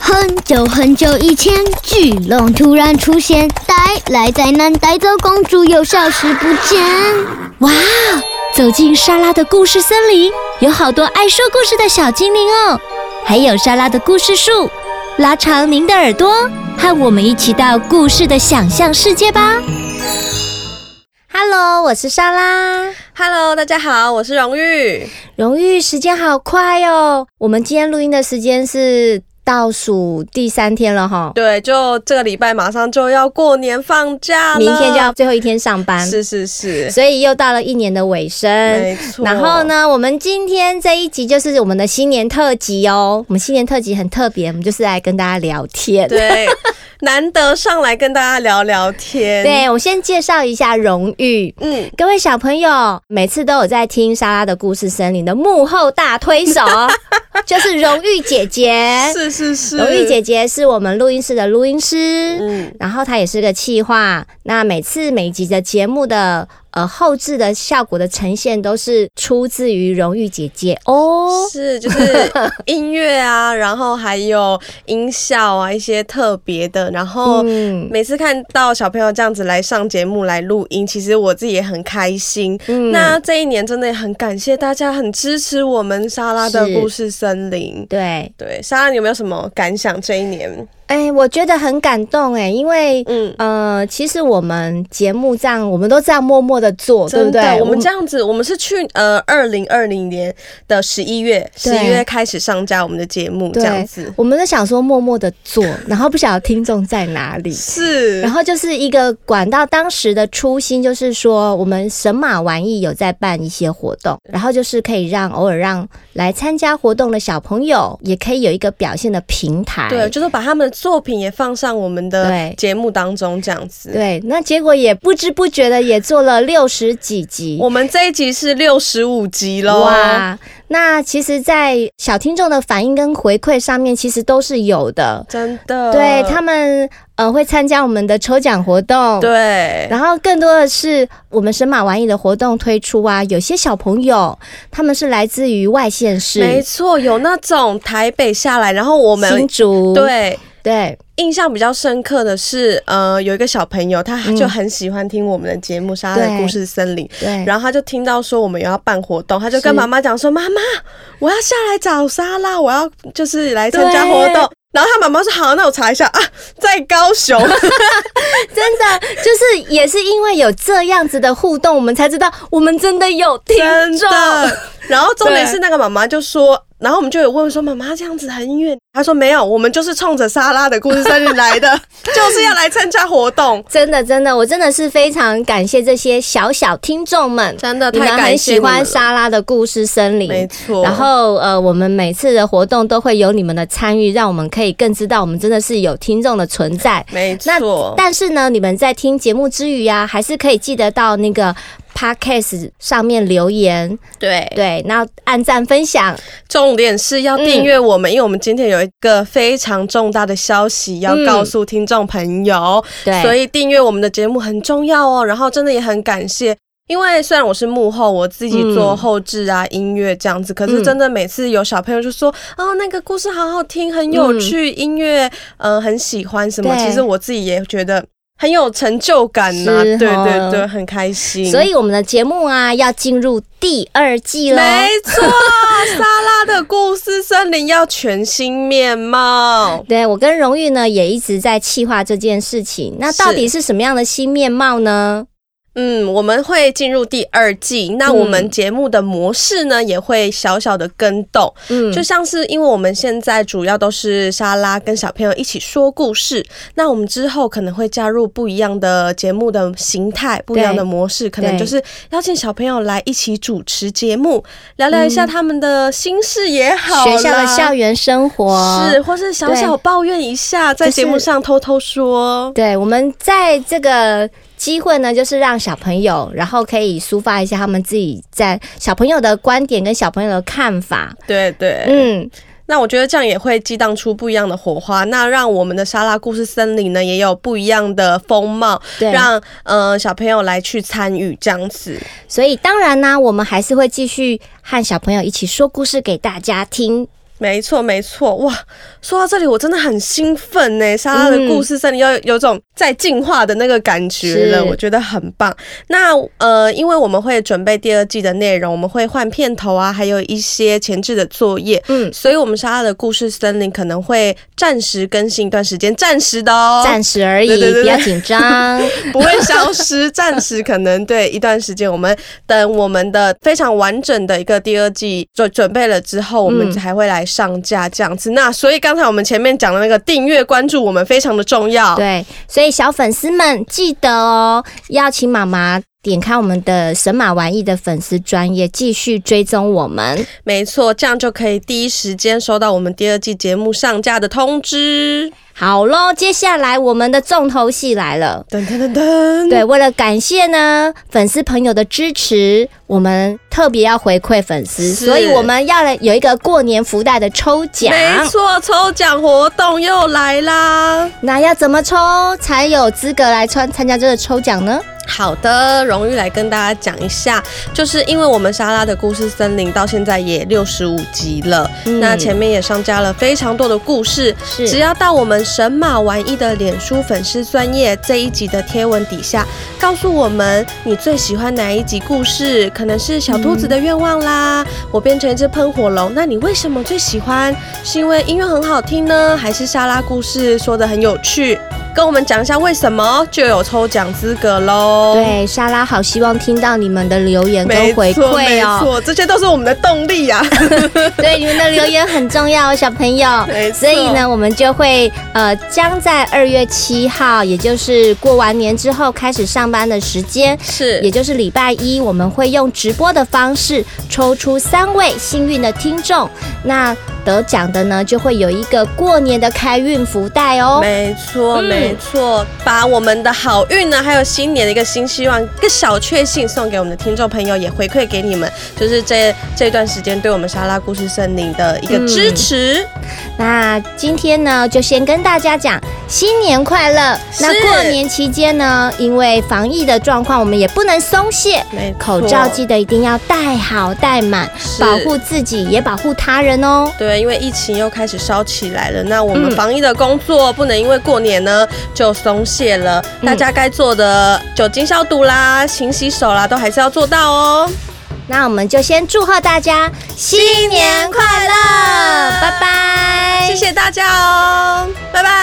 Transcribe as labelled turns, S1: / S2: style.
S1: 很久很久以前，巨龙突然出现，带来灾难，带走公主，又消失不见。
S2: 哇，走进莎拉的故事森林，有好多爱说故事的小精灵哦，还有莎拉的故事树。拉长您的耳朵，和我们一起到故事的想象世界吧。Hello，我是莎拉。
S3: Hello，大家好，我是荣玉。
S2: 荣誉时间好快哦！我们今天录音的时间是倒数第三天了哈，
S3: 对，就这个礼拜马上就要过年放假了，
S2: 明天就要最后一天上班，
S3: 是是是，
S2: 所以又到了一年的尾声。
S3: 没错。
S2: 然后？呢，我们今天这一集就是我们的新年特辑哦。我们新年特辑很特别，我们就是来跟大家聊天。
S3: 对， 难得上来跟大家聊聊天。，
S2: 对，我先介绍一下荣誉。
S3: 嗯，
S2: 各位小朋友，每次都有在听莎拉的故事森林的幕后大推手，哦 就是荣誉姐姐。
S3: 是是是，
S2: 哎荣誉姐姐是我们录音室的录音师，
S3: 嗯，
S2: 然后她也是个企划。那每次每集的节目的呃后置的效果的呈现，都是出自于荣誉姐姐哦。
S3: 是就是 音乐啊，然后还有音效啊，一些特别的，然后。
S2: 嗯，
S3: 每次看到小朋友这样子来上节目来录音，其实我自己也很开心。
S2: 嗯
S3: 那这一年真的也很感谢大家，很支持我们莎拉的
S2: 是
S3: 故事森林。
S2: 对，
S3: 对，莎拉，你有没有什么感想？这一年，
S2: 哎、我觉得很感动哎、因为。
S3: 嗯，
S2: 呃，其实我们节目这样，我们都这样默默的做，对
S3: 真
S2: 不
S3: 的，
S2: 对？
S3: 我们这样子，我们是去呃二零二零年的十一月，十
S2: 对
S3: 一月开始上架我们的节目，这
S2: 对
S3: 样子
S2: 我们都想说默默的做，然后不晓得听众在哪里。
S3: 是
S2: 然，后就是一个管道，当时的初心就是说，我们神马玩意有在办一些活动，然后就是可以让偶尔让来参加活动的小朋友，也可以有一个表现的平台。
S3: 对，就是把他们的作品也放上我们的
S2: 哎对
S3: 节目当中，这样子。
S2: 对，那结果也不知不觉的也做了六十几集。
S3: 我们这一集是六十五集喽，！
S2: 哇，那其实，在小听众的反应跟回馈上面，其实都是有的。
S3: 真的，
S2: 对他们，呃，会参加我们的抽奖活动，
S3: 对，
S2: 然后更多的是我们神马玩意的活动推出啊，有些小朋友他们是来自于外县
S3: 没
S2: 市，
S3: 错，有那种台北下来，然后我
S2: 新
S3: 们
S2: 竹，
S3: 对。
S2: 对
S3: 印象比较深刻的是，呃，有一个小朋友，他就很喜欢听我们的节目《莎拉的
S2: 对
S3: 故事森林》，
S2: 对，
S3: 然后他就听到说我们有要办活动，他就是跟妈妈讲说：“妈妈，我要下来找莎拉，我要就是来参加活动
S2: 对。”
S3: 然后他妈妈说：“好，那我查一下啊，在高 雄。
S2: 真的就是也是因为有这样子的互动，我们才知道我们真的有”听
S3: 真
S2: 众，
S3: 的。然后重点
S2: 对
S3: 是那个妈妈就说，然后我们就有问说：“妈妈这样子很远？”她说：“没有，我们就是冲着莎拉的故事森林来 的，就是要来参加活动。”
S2: 真的真的，我真的是非常感谢这些小小听众们，
S3: 真的
S2: 你
S3: 太
S2: 们
S3: 感
S2: 很喜
S3: 谢你
S2: 欢
S3: 们了
S2: 莎拉的故事森林，
S3: 没错。
S2: 然后呃，我们每次的活动都会有你们的参与，让我们可以更知道我们真的是有听众的存在。
S3: 没
S2: 那
S3: 错，
S2: 但是呢，你们在听节目之余呀、还是可以记得到那个 podcast 上面留言，
S3: 对
S2: 对，那按赞分享，
S3: 重点是要订阅我们，因为我们今天有一个非常重大的消息要告诉听众朋友，
S2: 嗯对，
S3: 所以订阅我们的节目很重要哦。然后真的也很感谢。因为虽然我是幕后，我自己做
S2: 嗯
S3: 后置啊、音乐这样子，可是
S2: 嗯
S3: 真的每次有小朋友就说：“哦，那个故事好好听，很有趣，音乐呃很喜欢什么。”
S2: 对
S3: 其实我自己也觉得很有成就感呐、
S2: 是
S3: 对
S2: 哦
S3: 对对，很开心。
S2: 所以我们的节目啊，要进入第二季了。
S3: 没错，莎拉的故事森林要全新面貌。
S2: 对我跟荣誉呢，也一直在企划这件事情。那到
S3: 是
S2: 底是什么样的新面貌呢？
S3: 嗯，我们会进入第二季，那我们
S2: 嗯
S3: 节目的模式呢、也会小小的跟动，
S2: 嗯，
S3: 就像是因为我们现在主要都是莎拉跟小朋友一起说故事，那我们之后可能会加入不一样的节目的形态、不一样的模式，可能就是邀请小朋友来一起主持节目，聊聊一下他们的心事也好啦，
S2: 嗯学校的校园生活
S3: 嗯是，。或是小小
S2: 对
S3: 抱怨一下，在节目上偷偷说。
S2: 对，我们在这个机会呢，就是让小朋友，然后可以抒发一下他们自己在小朋友的观点跟小朋友的看法。
S3: 对对，
S2: 嗯，
S3: 那我觉得这样也会激荡出不一样的火花，那让我们的沙拉故事森林呢也有不一样的风貌，
S2: 对。
S3: 让呃小朋友来去参与这样子。
S2: 所以当然呢，我们还是会继续和小朋友一起说故事给大家听。
S3: 没错，没错，哇！说到这里，我真的很兴奋呢。莎拉的故事真的要有种在进化的那个感觉了，
S2: 是
S3: 我觉得很棒。那呃，因为我们会准备第二季的内容，我们会换片头啊，还有一些前置的作业，
S2: 嗯，
S3: 所以我们莎拉的故事森林可能会暂时更新一段时间，暂时的哦，
S2: 暂时而已，
S3: 对对对对
S2: 不要紧张。
S3: 不会消失，暂时可能对一段时间，我们等我们的非常完整的一个第二季准准备了之后，我们
S2: 嗯
S3: 才会来上架这样子。那所以刚才我们前面讲的那个订阅关注我们非常的重要，
S2: 对，所以小粉丝们记得哦，要请妈妈点开我们的神马玩意的粉丝专业，继续追踪我们。
S3: 没错，这样就可以第一时间收到我们第二季节目上架的通知。
S2: 好喽，接下来我们的重头戏来了。
S3: 噔噔噔噔，
S2: 对，为了感谢呢粉丝朋友的支持，我们特别要回馈粉丝，
S3: 是
S2: 所以我们要来有一个过年福袋的抽奖。
S3: 没错，抽奖活动又来啦！
S2: 那要怎么抽才有资格来参参加这个抽奖呢？
S3: 好的，荣誉来跟大家讲一下，就是因为我们莎拉的故事森林到现在也六十五集了，
S2: 嗯
S3: 那前面也上架了非常多的故事。
S2: 是
S3: 只要到我们神马玩意的脸书粉丝专业这一集的贴文底下，告诉我们你最喜欢哪一集故事，可能是小兔子的愿望啦，我变成一只喷火龙，那你为什么最喜欢？是因为音乐很好听呢，还是莎拉故事说的很有趣？跟我们讲一下为什么就有抽奖资格喽。。
S2: 对，莎拉好希望听到你们的留言跟回馈
S3: 没
S2: 哦。
S3: 错，这些都是我们的动力啊呀、
S2: 对，你们的留言很重要哦，小朋友。
S3: 没错
S2: 所以呢，我们就会呃，将在二月七号，也就是过完年之后开始上班的时间，也
S3: 是，
S2: 就是礼拜一，我们会用直播的方式抽出三位幸运的听众。那得奖的呢，就会有一个过年的开运福袋哦。
S3: 没错，
S2: 嗯
S3: 没错，把我们的好运呢，还有新年的一个新希望，一个小确幸送给我们的听众朋友，也回馈给你们，就是这这段时间对我们莎拉故事森林的一个
S2: 嗯
S3: 支持。
S2: 那今天呢，就先跟大家讲新年快乐。
S3: 是
S2: 那过年期间呢，因为防疫的状况，我们也不能松懈，
S3: 没
S2: 嗯
S3: 错
S2: 口罩记得一定要戴好戴满，
S3: 是
S2: 保护自己也保护他人哦。
S3: 对，因为疫情又开始烧起来了，那我们
S2: 嗯
S3: 防疫的工作不能因为过年呢就松懈了，
S2: 嗯
S3: 大家该做的酒精消毒啦、勤洗手啦，都还是要做到哦。
S2: 那我们就先祝贺大家新年快乐，拜拜，哎
S3: 谢谢大家哦，拜拜。